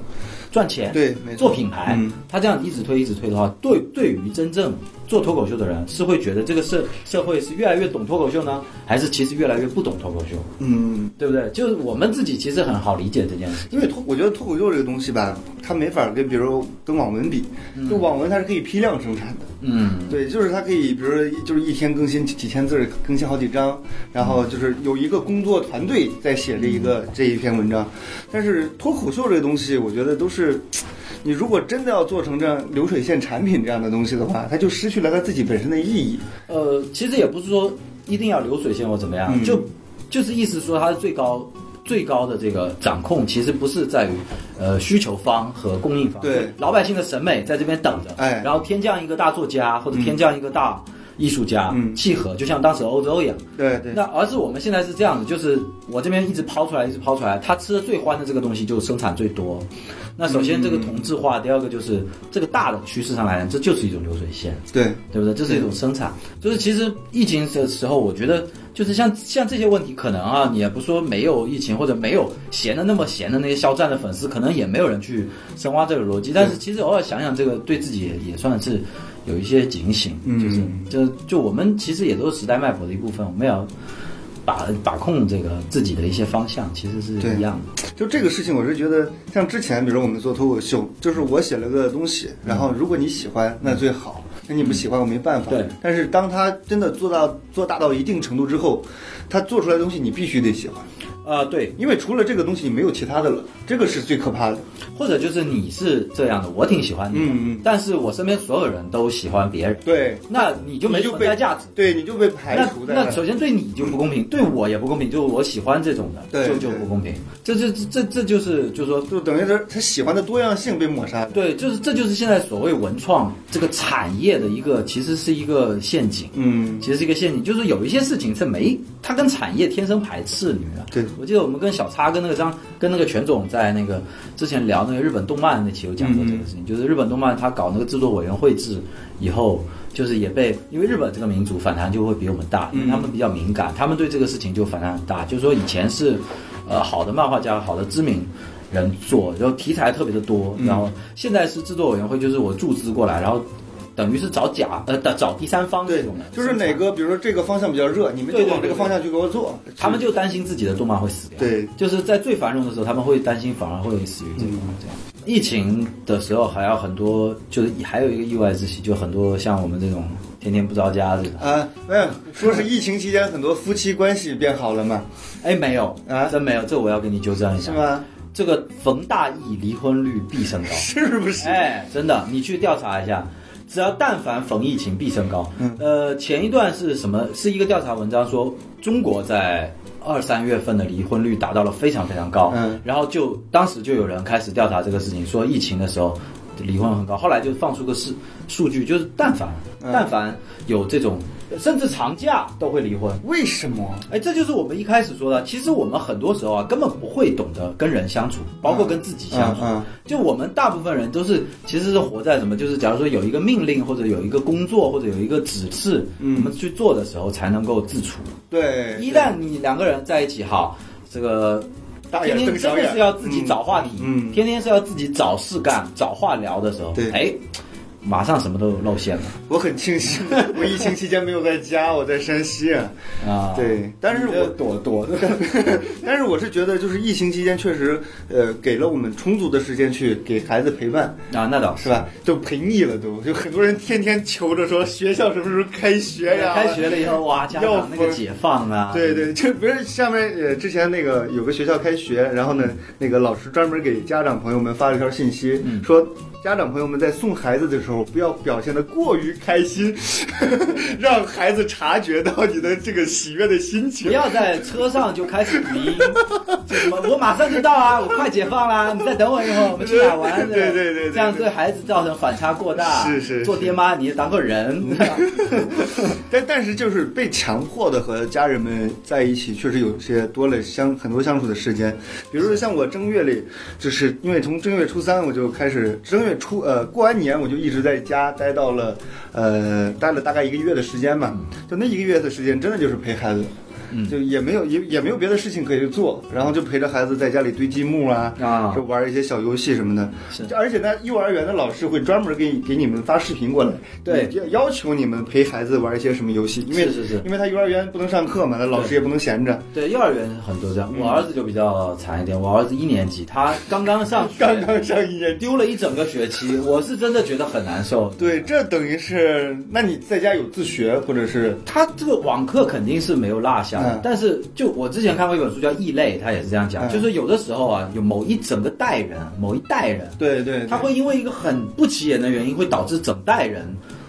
赚钱，对没错做品牌，嗯他这样一直推一直推的话，对对于真正做脱口秀的人，是会觉得这个社社会是越来越懂脱口秀呢，还是其实越来越不懂脱口秀，嗯，对不对？就是我们自己其实很好理解这件事。因为脱，我觉得脱口秀这个东西吧，它没法跟比如跟网文比，就网文它是可以批量生产的。嗯，对，就是它可以，比如说就是一天更新几几千字儿，更新好几章，然后就是有一个工作团队在写这一个这一篇文章。但是脱口秀这个东西，我觉得都是，你如果真的要做成这样流水线产品这样的东西的话，它就失去了它自己本身的意义。呃，其实也不是说一定要流水线或怎么样，嗯就就是意思说它的最高最高的这个掌控，其实不是在于呃需求方和供应方，对老百姓的审美在这边等着，哎然后天降一个大作家或者天降一个大。艺术家嗯契合，就像当时欧洲一样。对对，那而是我们现在是这样子，就是我这边一直抛出来，一直抛出来，他吃的最欢的这个东西就生产最多。那首先这嗯个同质化，第二个就是这个大的趋势上来讲，这就是一种流水线。对，对不对？这是一嗯种生产，就是其实疫情的时候，我觉得就是像像这些问题，可能啊，你也不说没有疫情或者没有闲的那么闲的那些肖战的粉丝，可能也没有人去深挖这个逻辑。但是其实偶尔想想，这个对自己也也算是有一些警醒，嗯就是就就我们其实也都是时代脉搏的一部分，我们也要把把控这个自己的一些方向，其实是对一样的。就这个事情，我是觉得像之前，比如我们做脱口秀，就是我写了个东西，嗯然后如果你喜欢，那最好。那你不喜欢我没办法，对但是当他真的做到做大到一定程度之后，他做出来的东西你必须得喜欢，啊，对，因为除了这个东西你没有其他的了，这个是最可怕的。或者就是你是这样的，我挺喜欢你的，嗯嗯但是我身边所有人都喜欢别人，对，那你就没你就存被在价值。对，你就被排那除在那了。首先对你就不公平，对我也不公平，就是我喜欢这种的，对就就对不公平。这这这这这就是就是说，就等于他他喜欢的多样性被抹杀了。对，就是这就是现在所谓文创这个产业的一个，其实是一个陷阱。嗯，其实是一个陷阱，就是有一些事情它没，它跟产业天生排斥，你明白吗？对我记得我们跟小叉跟那个张跟那个全总在那个之前聊那个日本动漫那期有讲过这嗯个事情，就是日本动漫它搞那个制作委员会制以后，就是也被因为日本这个民族反弹就会比我们大，因为他嗯们比较敏感，他们对这个事情就反弹很大，就是说以前是，呃，好的漫画家，好的知名。人做，然后题材特别的多，嗯然后现在是制作委员会，就是我注资过来，然后等于是找甲呃找第三方这对种的，，就是哪个，比如说这个方向比较热，你们就对对往这对个对方向去给我做。他们就担心自己的动漫会死掉。对就是在最繁荣的时候，他们会担心反而会死于这种嗯这样。疫情的时候，还有很多，就是还有一个意外之喜，就很多像我们这种天天不着家的。啊，没有说是疫情期间很多夫妻关系变好了嘛，哎，没有啊真没有，这我要给你纠正一是下。？吗？这个冯大义离婚率必升高。是不是？哎，真的，你去调查一下，只要但凡逢疫情必升高。嗯呃，前一段是什么？是一个调查文章说，中国在二三月份的离婚率达到了非常非常高。嗯然后就当时就有人开始调查这个事情，说疫情的时候离婚很高。后来就放出个数数据，就是但凡、嗯但凡有这种，甚至长假都会离婚。为什么？哎，这就是我们一开始说的。其实我们很多时候啊，根本不会懂得跟人相处，包括跟自己相处。嗯嗯就我们大部分人都是，其实是活在什么？就是假如说有一个命令，或者有一个工作，或者有一个指示，嗯哎我们去做的时候才能够自处。对，一旦你两个人在一起，好，这个大眼天天瞪真小的眼是要自己找话题，嗯嗯天天是要自己找事干、找话聊的时候，对哎，马上什么都露馅了我很庆 幸，我疫情期间没有在家，我在山西啊。啊！对，但是你这我躲躲。但是我是觉得，就是疫情期间确实，呃，给了我们充足的时间去给孩子陪伴，啊，那倒是是吧？都陪腻了都，就很多人天天求着说学校什么时候开学呀？开学了以后，哇，家要长那个疯解放啊，对对，这不是下面呃，之前那个有个学校开学，然后呢，那个老师专门给家长朋友们发了一条信息，嗯说家长朋友们在送孩子的时候不要表现得过于开心， 让孩子察觉到你的这个喜悦的心不情。要在车上就开始语 音，就什么我马上就到啊，我快解放啦，你再等我一会儿，我们去哪玩？啊对对对对对这样对孩子造成反差过大。是是是做爹妈你也当 个人，对吧但但是就是被强迫的和家人们在一起，确实有些多了相很多相处的时间。比如说像我正月里，就是因为从正月初三我就开始，正月初呃过完年我就一直在家待到了呃待了大概一个月的时间吧。就那一个月的时间，真的就是陪孩子。嗯就也没有也也没有别的事情可以做，然后就陪着孩子在家里堆积木啊，啊就玩一些小游戏什么的。是就而且呢，幼儿园的老师会专门给你给你们发视频过来，对要要求你们陪孩子玩一些什么游戏，因为是是是因为他幼儿园不能上课嘛，那老师也不能闲着。对，幼儿园很多这嗯样。我儿子就比较惨一点，我儿子一年级，他刚刚上学，刚刚上一年级，丢了一整个学期，我是真的觉得很难受。对，这等于是，那你在家有自学或者是他这个网课肯定是没有落下的，嗯但是就我之前看过一本书叫《异类》，他也是这样嗯讲，就是有的时候啊，有某一整个代人，某一代人，对对，对他会因为一个很不起眼的原因，会导致整代人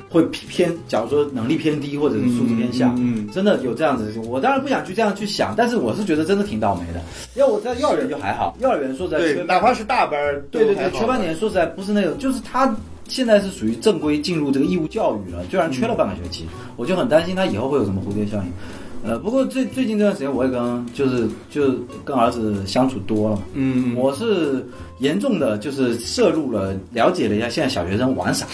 会偏，假如说能力偏低或者是素质偏下，嗯嗯嗯真的有这样子的事情。我当然不想去这样去想，但是我是觉得真的挺倒霉的。要我在幼儿园就还好，幼儿园说实在对，缺哪怕是大班儿都对对还 对，好缺半年说实在不是那种，就是他现在是属于正规进入这个义务教育了，居然缺了半个学期，我就很担心他以后会有什么蝴蝶效应。呃，不过最最近这段时间，我也跟就是就跟儿子相处多了嘛，嗯，我是严重的就是摄入了了解了一下现在小学生玩啥，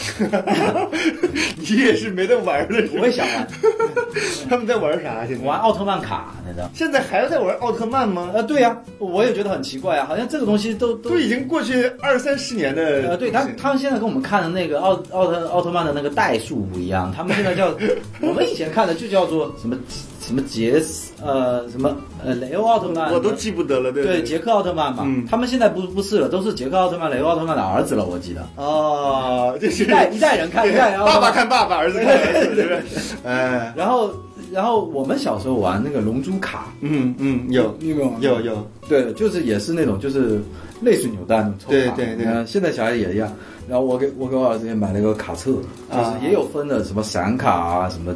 你也是没得玩的是吧，我也想玩 他们在玩啥？现在玩奥特曼卡，你知道吗？现在还在玩奥特曼吗？呃，对呀、我也觉得很奇怪啊，好像这个东西都都都已经过去二三十年的，呃，对他，他们现在跟我们看的那个奥奥特奥特曼的那个代数不一样，他们现 在叫我们以前看的就叫做什么什么杰斯呃什么呃雷欧奥特曼，我都记不得了，对对杰克奥特曼嘛，嗯他们现在不不是了，都是杰克奥特曼、雷欧奥特曼的儿子了，我记得啊，这是一代一代人看一代人哦奥爸特曼，爸看爸爸，儿子看儿子，是不是？哎，然后然后我们小时候玩那个龙珠卡，嗯嗯，有你有没有玩过有有，对，就是也是那种就是类似扭蛋那种抽对卡，对对呃现在小孩也一样。然后我给我给我儿子也买了一个卡册，就是啊也有分的，什么闪卡啊，什么，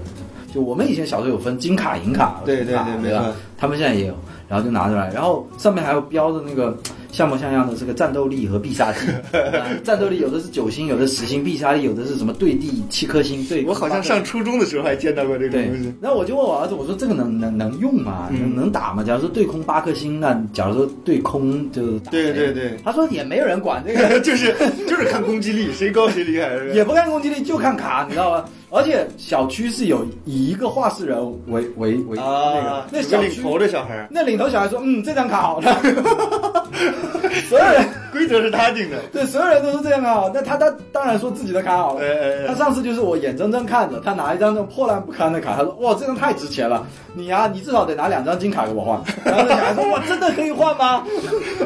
就我们以前小时候有分金卡、银卡、对铜卡对对对没吧错？他们现在也有，然后就拿出来，然后上面还有标的那个像模像样的这个战斗力和必 杀技，啊战斗力有的是九星，有的十星，必杀力有的是什么对地七颗星，对，我好像上初中的时候还见到过这个对东西，，那我就问我儿子，我说这个能能能用吗？能嗯能打吗？假如说对空八颗星，那假如说对空就打对谁对对他说也没有人管 这个，就是就是看攻击力，谁高谁厉害，是吧也不看攻击力，就看卡，你知道吗？而且小区是有以一个画室人为为为那个啊，，那有个小领区头的小孩儿，那领头小孩说，嗯，这张卡好的， 所有人规则是他定的，对所有人都说这张卡好，那他他当然说自己的卡好了哎。哎他哎，上次就是我眼睁睁看着他拿一张这种破烂不堪的卡，他说：“哇，这张太值钱了，你呀、你至少得拿两张金卡给我换。”然后那小孩说：“哇，真的可以换吗？”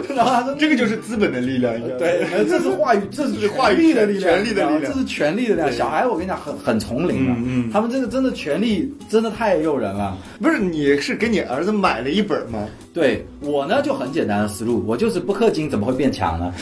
然后他说：“嗯这个就是资本的力量，你知道吗呃对，这是话语，这是话语权力的力量，权力的力量这是权力的力量。小孩，我跟你讲，很很从灵的，嗯嗯他们这个真的权力真的太诱人了。不是你是给你儿子买了一本吗？对我呢就很简单的思路，我就是不氪金怎么会变强呢？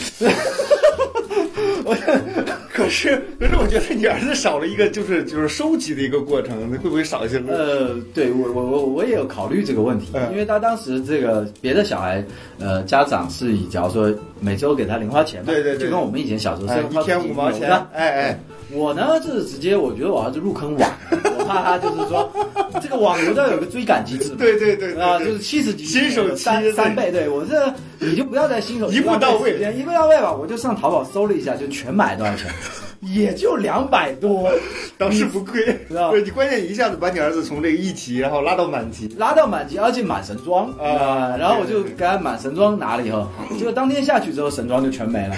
可是，可是我觉得你儿子少了一个，就是就是收集的一个过程，会不会少一些？哎呃，对我我我我也有考虑这个问题，嗯因为他当时这个别的小孩，呃，家长是以假如说每周给他零花钱嘛，对对对就跟我们以前小时候哎是一天五毛钱，哎哎，我呢就是直接我觉得我儿子入坑 网，我怕他就是说这个网游的有个追赶机制嘛。 对对对对啊，对就是七十级新手期三对三倍，对我这你就不要再新手期一步到位浪费时间一步到位吧。我就上淘宝搜了一下，就全买 多少钱，也就两百多，当时不亏，嗯知道不是你关键一下子把你儿子从这个一级，然后拉到满级， 拉到满级，而且满神装啊然后我就对对给他满神装拿了 以后，结果当天下去之后，神装就全没了，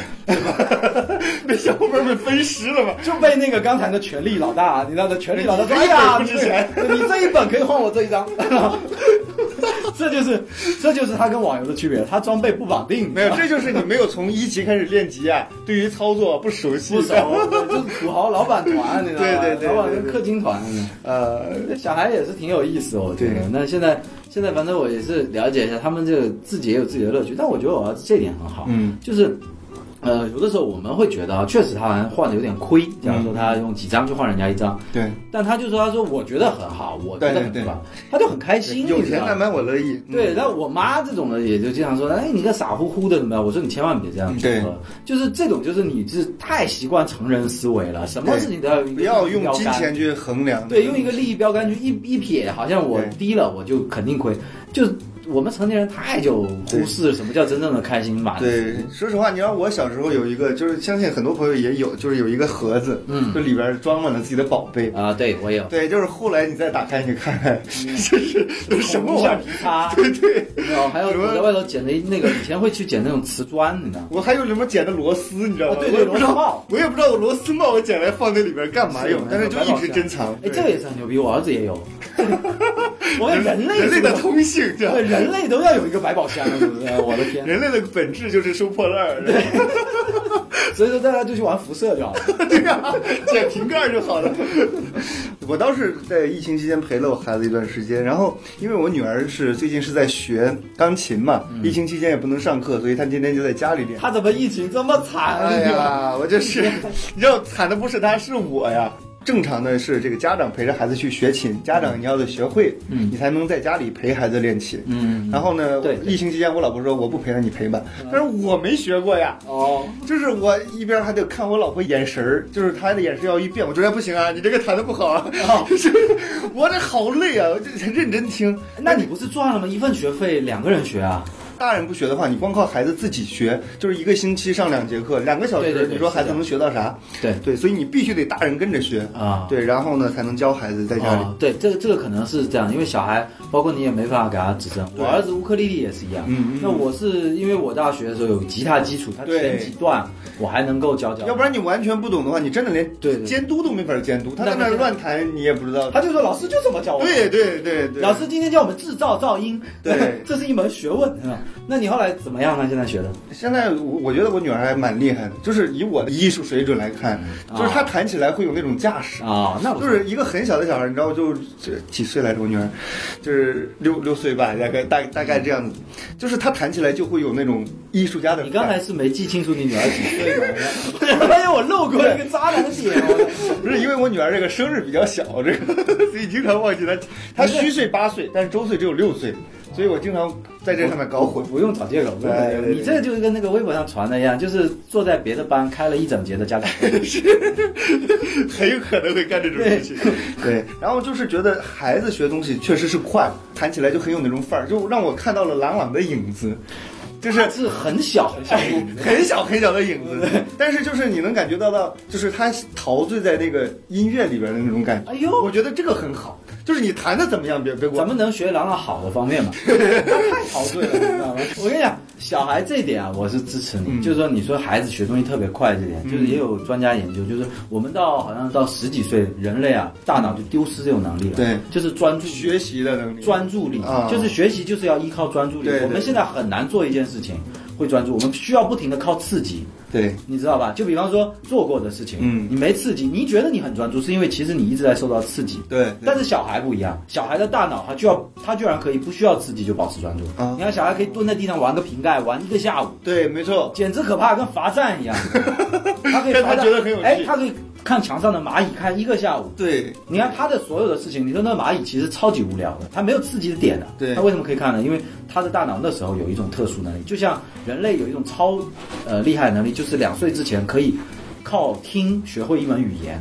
那小伙伴们分尸了吗？就被那个刚才的权力老大，你知道的权力老大 说：“你这哎一本呀，不值钱你你这一本可以换我这一 张。”这就是这就是他跟网游的区别，他装备不绑定，没有， 这就是你没有从一级开始练级啊，对于操作不熟悉。不熟， 就是土豪老板团，你知道吗？对对对对老板对跟对氪金团。呃，那小孩也是挺有意思哦，我觉得对。那现在现在反正我也是了解一下，他们这个自己也有自己的乐趣，但我觉得我儿子这点很好，嗯，就是。呃，有的时候我们会觉得啊，确实他好像换的有点亏，假嗯如说他用几张去换人家一张， 对，但他就说他说我觉得很好，我觉得很对对对棒，他就很开心，有你知钱道吗难买我乐意。嗯对，然后我妈这种的也就经常说，哎，你个傻乎乎的什么呀？我说你千万别这样嗯做对，就是这种，就是你是太习惯成人思维了，什么对事情都要有一个不要利益用标金杆钱去衡量。对，用一个利益标杆去一一撇，好像我对低了我就肯定亏。就我们成年人太久忽视什么叫真正的开心满足。对，说实话，你让我小时候有一个，就是相信很多朋友也有，就是有一个盒子，嗯就里边装满了自己的宝贝。啊，对我有对，就是后来你再打开，你看看， 这是都是什么玩意皮擦，儿？ 对，然后还有什么我在外头捡的那个，以前会去捡那种瓷砖，你知道吗？我还有什么捡的螺丝，你知道吗？啊对我对也不知螺丝帽道，我也不知道我螺丝帽我捡来放那里边干嘛是用，但是就白一宝直箱珍藏。哎，对这个也是很牛逼，我儿子也有。 我们人类人类是的不是通性，这样对人类都要有一个百宝箱，是不是？ 我的天！人类的本质就是收破烂儿，所以说大家就去玩辐射就好了。 对呀、捡瓶盖就好了。 我倒是在疫情期间陪了我孩子一段时间，然后因为我女儿是最近是在学钢琴嘛，疫情期间也不能上课，所以她天天就在家里练。他怎么疫情这么 惨？哎呀，我就是，你知道惨的不是她，是我呀。正常的是这个家长陪着孩子去学嗯琴，家长你要得学会，你才能在家里陪孩子练琴。嗯，然后呢，对嗯我对疫情期间我老婆说我不陪了，你陪吧，但是我没学过呀。哦，就是我一边还得看我老婆眼神儿，就是她的眼神要一变，我觉得不行啊，你这个弹的不好啊，哦 就是我这好累啊，我这很认真听。那你不是赚了吗？一份学费两个人学啊？大人不学的话，你光靠孩子自己学，就是一个星期上两节课，两个小时，对对对你说孩是子的能学到啥？对对，所以你必须得大人跟着学啊对，然后呢才能教孩子在家里。哦、对，这个这个可能是这样，因为小孩，包括你也没办法给他指正。我儿子乌克丽丽也是一样，嗯嗯那我是因为我大学的时候有吉他基础，他对前几段我还能够教教，要不然你完全不懂的话，你真的连对对监督都没法监督，他那在那儿那乱弹，你也不知道。他就说老师就这么教我。对对对对，老师今天教我们制造噪音，对 这是一门学问啊。那你后来怎么样呢？现在学的？现在我我觉得我女儿还蛮厉害的，就是以我的艺术水准来看，嗯就是她弹起来会有那种架势。啊、那不就是一个很小的小孩，你知道，就这几岁来着？我女儿就是六六岁吧，大概大大概这样子。就是她弹起来就会有那种艺术家的 你范儿。刚才是没记清楚你女儿几岁 吗？我发哎现我漏过一个渣男的点，哦我不是因为我女儿这个生日比较小，这个 所以经常忘记她。她虚岁八岁，但是周岁只有六岁，所以我经常在这上面搞混。 不用找借口，不用找借对口。对对你这个就是跟那个微博上传的一样，就是坐在别的班开了一整节的家长会。 很有可能会干这种事情。 对，然后就是觉得孩子学东西确实是快，弹起来就很有那种范儿，就让我看到了朗朗的影子，就是是很小 很小的影 子。很小很小的影子，但是就是你能感觉到到，就是他陶醉在那个音乐里边的那种感觉。哎呦我觉得这个很好，就是你弹的怎么样，别别管咱。们能学朗朗好的方面嘛？太陶醉了，你知道吗？ 我跟你讲，小孩这一点啊，我是支持你。就是说，你说孩子学东西特别快这点，就是也有专家研究，就是我们到好像到十几岁，人类啊，大脑就丢失这种能力了。对，就是专注力学习的能力，专注力，啊就是学习就是要依靠专注力对。对我们现在很难做一件事情会专注，我们需要不停的靠刺激。对你知道吧？就比方说做过的事情，嗯你没刺激，你觉得你很专注，是因为其实你一直在受到刺激。对对但是小孩不一样，小孩的大脑他就要他居然可以不需要刺激就保持专注。啊你看小孩可以蹲在地上玩个瓶盖，玩一个下午，对，没错。简直可怕，跟罚站一 样。他可以但罚他站，觉得很有趣哎，他可以看墙上的蚂蚁看一个下午。对，你看他的所有的事情，你说那蚂蚁其实超级无聊的，它没有刺激的点的。对他为什么可以看呢？因为他的大脑那时候有一种特殊能力，就像人类有一种超呃厉害的能力，就是两岁之前可以靠听学会一门语言。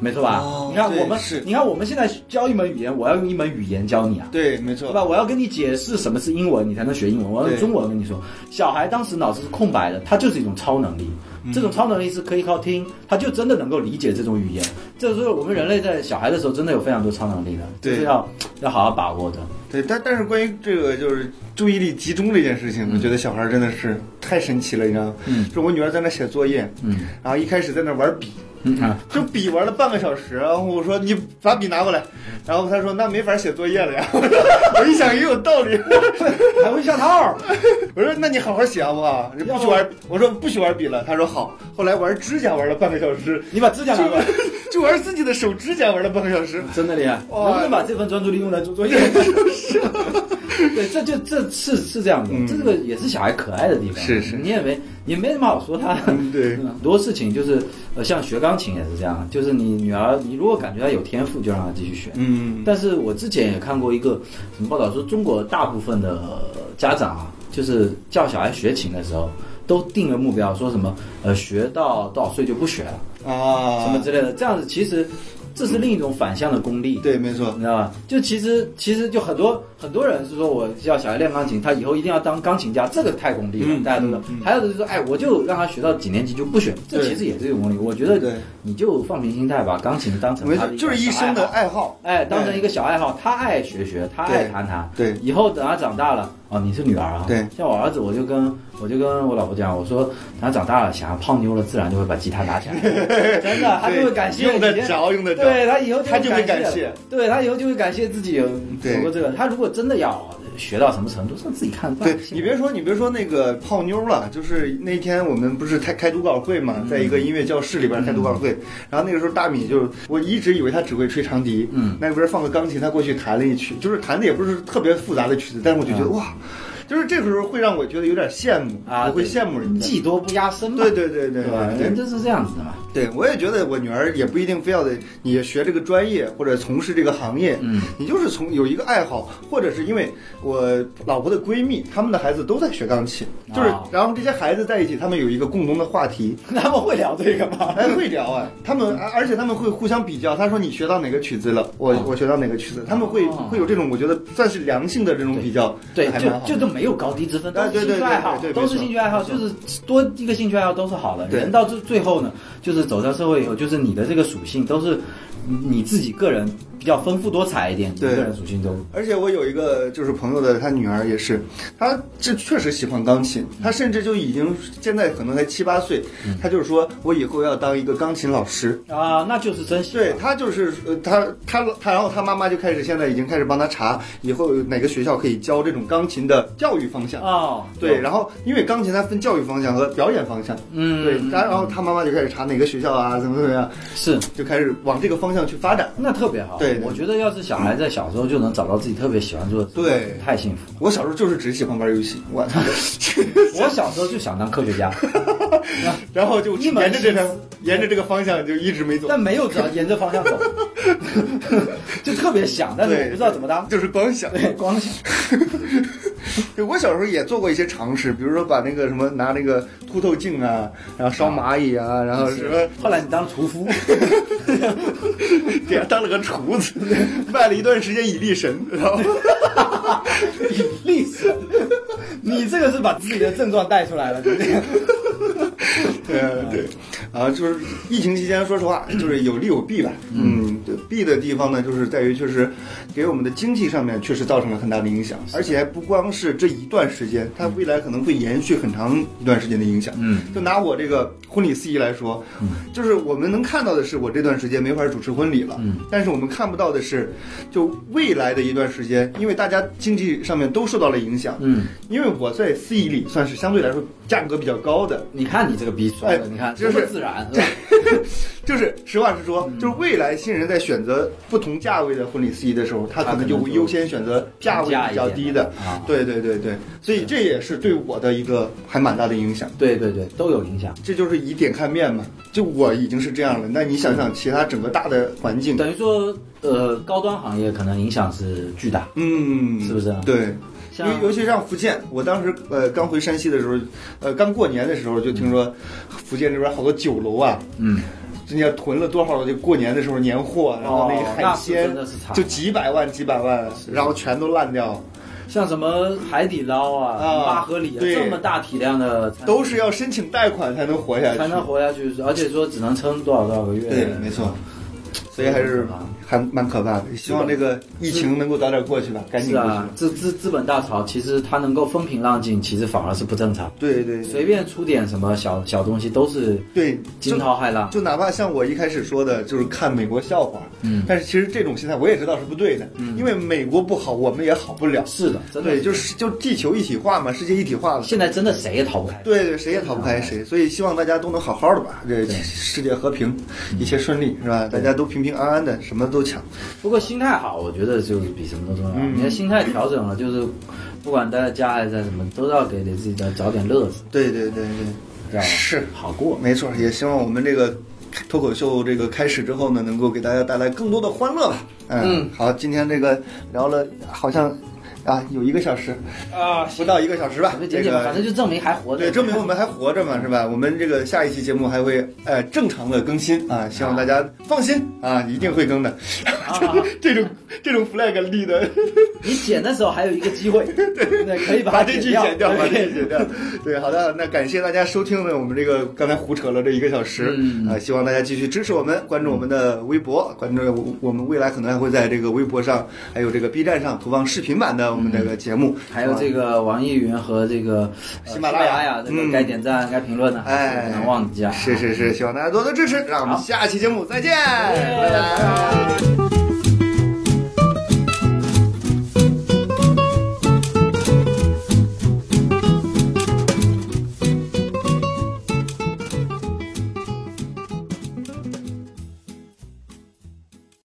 没错吧？哦你看对我们是，你看我们现在教一门语言，我要用一门语言教你啊，对，没对错。吧？我要跟你解释什么是英文，你才能学英文。我要用对中文跟你说。小孩当时脑子是空白的，他就是一种超能力。嗯这种超能力是可以靠听，他就真的能够理解这种语言。这就是我们人类在小孩的时候真的有非常多超能力的，对就是要要好好把握的。对，但但是关于这个就是注意力集中这件事情，我觉得小孩儿真的是太神奇了，你知道吗？嗯就是我女儿在那写作业，嗯，然后一开始在那玩笔，嗯啊，就笔玩了半个小时，然后我说你把笔拿过来，然后她说那没法写作业了呀。 我一想也有道理，还会下套。 我说那你好好写好不好？你不许玩，我说不许玩笔了，她说好。后来玩指甲玩了半个小时，你把指甲拿过来，就玩自己的手指甲玩了半个小时， 真的厉害！哇能不能把这份专注力用来做作 业？对，这就这是是这样的，嗯这个也是小孩可爱的地方。是是你也没也没什么好说他。嗯对 很多事情就是呃，像学钢琴也是这样，就是你女儿，你如果感觉她有天赋，就让她继续学。嗯，但是我之前也看过一个什么报道说，中国大部分的家长啊，就是叫小孩学琴的时候，都定了目标，说什么呃学到多少岁就不学了，啊，什么之类的。这样子其实这是另一种反向的功利。对，没错你，知道吧？就其实其实就很多很多人是说我要小孩练钢琴，他以后一定要当钢琴家，这个太功利了，嗯大家都知道。嗯嗯还有就是说，哎，我就让他学到几年级就不学，这对其实也是一种功利。我觉对得你就放平心态，把钢琴当成没他错，的就是一一生的爱。爱好，哎，当成对一个小爱好，他爱学学，他爱对弹弹。对以后等他长大了，哦，你是女儿啊？对像我儿子，我就跟我就跟我老婆讲，我说等他长大了，想要泡妞了，自然就会把吉他 拿起来，真的，他就会感谢用得以前着，用得着。对他以后他就会感谢谢，对他以后就会感谢自己有对走过这个。他如果真的要学到什么程度，让自己看吧。对你别说，你别说那个泡妞了，就是那天我们不是开开读稿会嘛，嗯在一个音乐教室里边开读稿会，然后那个时候大米就，我一直以为他只会吹长笛，嗯那边放个钢琴，他过去弹了一曲，就是弹的也不是特别复杂的曲子，但是我就觉得、哇，就是这个时候会让我觉得有点羡慕，嗯啊，我会对羡慕人家，技多不压身嘛。对对对对对吧？对人就是这样子的嘛。 对，我也觉得我女儿也不一定非要得你学这个专业或者从事这个行业，嗯，你就是从有一个爱好，或者是因为我老婆的闺蜜，她们的孩子都在学钢琴，就是啊然后这些孩子在一起，他们有一个共同的话 题，他们会聊这个吗？哎，会聊哎，他们而而且他们会互相比较。他说你学到哪个曲子了，我、我学到哪个曲子，他们会、哦会有这种我觉得算是良性的这种比较，对，还就蛮好的就都没有高低之分，都哎是对兴趣对爱好对对，对都是没错兴趣爱好，就是多一个兴趣爱好都是好的。对人到最最后呢，就是走上社会以后，就是你的这个属性都是你自己个人比较丰富多彩一点，你对个人属性都而且我有一个就是朋友的，他女儿也是，她这确实喜欢钢琴，嗯她甚至就已经现在可能才七八岁，她就是说我以后要当一个钢琴老师。啊，那就是真喜欢对她就是呃，她她她，然后她妈妈就开始现在已经开始帮她查以后哪个学校可以教这种钢琴的教育方向。哦，对，然后因为钢琴它分教育方向和表演方向，嗯对，嗯然然后他妈妈就开始查哪个学校啊，怎么怎么样，是就开始往这个方向去发展。那特别好。对对我觉得要是小孩在小时候就能找到自己特别喜欢做的，对太幸福了。我小时候就是只喜欢玩游戏，我操，我小时候就想当科学 家，然后就一门沿着这个沿着这个方向就一直没走，但没有只要沿着方向走， 就特别想，但是我对不知道怎么当。就是光想。对，光想对，我小时候也做过一些尝试，比如说把那个什么拿那个凸透镜啊，然后烧蚂蚁啊，然后什么后来你当屠夫， 给他当了个厨子，卖了一段时间以力神，然后。历史，你这个是把自己的症状带出来了，对不对？对对，啊，就是疫情期间，说实话，就是有利有弊吧。嗯，对，弊的地方呢，就是在于确实给我们的经济上面确实造成了很大的影响，而且还不光是这一段时间，它未来可能会延续很长一段时间的影响。嗯，就拿我这个婚礼司仪来说，就是我们能看到的是，我这段时间没法主持婚礼了。嗯，但是我们看不到的是，就未来的一段时间，因为大家经济上面都受到了影响。嗯，因为我在司仪里算是相对来说价格比较高的，你看你这个鼻酸的，哎你看就是多么自然，哎是吧？就是实话实说，嗯就是未来新人在选择不同价位的婚礼司仪的时候，他可能就会优先选择价位比较低的平价一点的啊。对对对对，所以这也是对我的一个还蛮大的影响。对对对，都有影响。这就是以点看面嘛，就我已经是这样了，那你想想其他整个大的环境，等于说，呃，高端行业可能影响是巨大。嗯，是不是啊对。尤像尤其像福建，我当时呃刚回山西的时候，呃刚过年的时候就听说，福建这边好多酒楼啊，嗯，人家囤了多少就过年的时候年货，然后那个海哦那是鲜真的是惨就几百万几百万，然后全都烂掉，像什么海底捞啊、啊八合里啊，对这么大体量的餐都是要申请贷款才能活下去。才能活下去，而且说只能撑多少多少个月。对，没错。所以还是还蛮可怕的，希望这个疫情能够早点过去吧，赶紧是过去啊吧。，资资资本大潮，其实它能够风平浪静，其实反而是不正常。对对对随便出点什么小小东西都是对，惊就涛骇浪。就哪怕像我一开始说的，就是看美国笑话，嗯，但是其实这种心态我也知道是不对的，因为美国不好，我们也好不了。是的，嗯真的。对，就是就地球一体化嘛，世界一体化了。现在真的谁也逃不开。对对，谁也逃不开谁，所以希望大家都能好好的吧，这世界和平，一切顺利是吧？大家都平平安安的，什么都抢。不过心态好，我觉得就是比什么都重要。嗯你的心态调整了，就是不管待在家还是在什么，都要给给自己的找点乐子，对对对知道对，吧？是好过。没错，也希望我们这个脱口秀这个开始之后呢，能够给大家带来更多的欢乐吧。嗯，好，今天这个聊了好像啊有一个小时啊，不到一个小时吧反，正这简简吧，反个。正就证明还活着。对，证明我们还活着嘛，是吧？我们这个下一期节目还会呃正常的更新啊，希望大家放心啊，一定会更的。啊 这种这种 flag 立的，你剪的时候还有一个 机会， 对，可以把它这句掉，剪掉，把这句对 剪掉。对，好的，那感谢大家收听呢，我们这个刚才胡扯了这一个小时，嗯啊、希望大家继续支持我们，关注我们的微博，关注我我们未来可能还会在这个微博上，还有这个 B 站上投放视频版的我们这个节目，嗯还有这个。个网易云和这个啊呃喜马拉雅雅，这个嗯该点赞、该评论的，还哎是不能忘记啊。是是是，希望大家多多支持，让我们好下期节目再见，拜拜。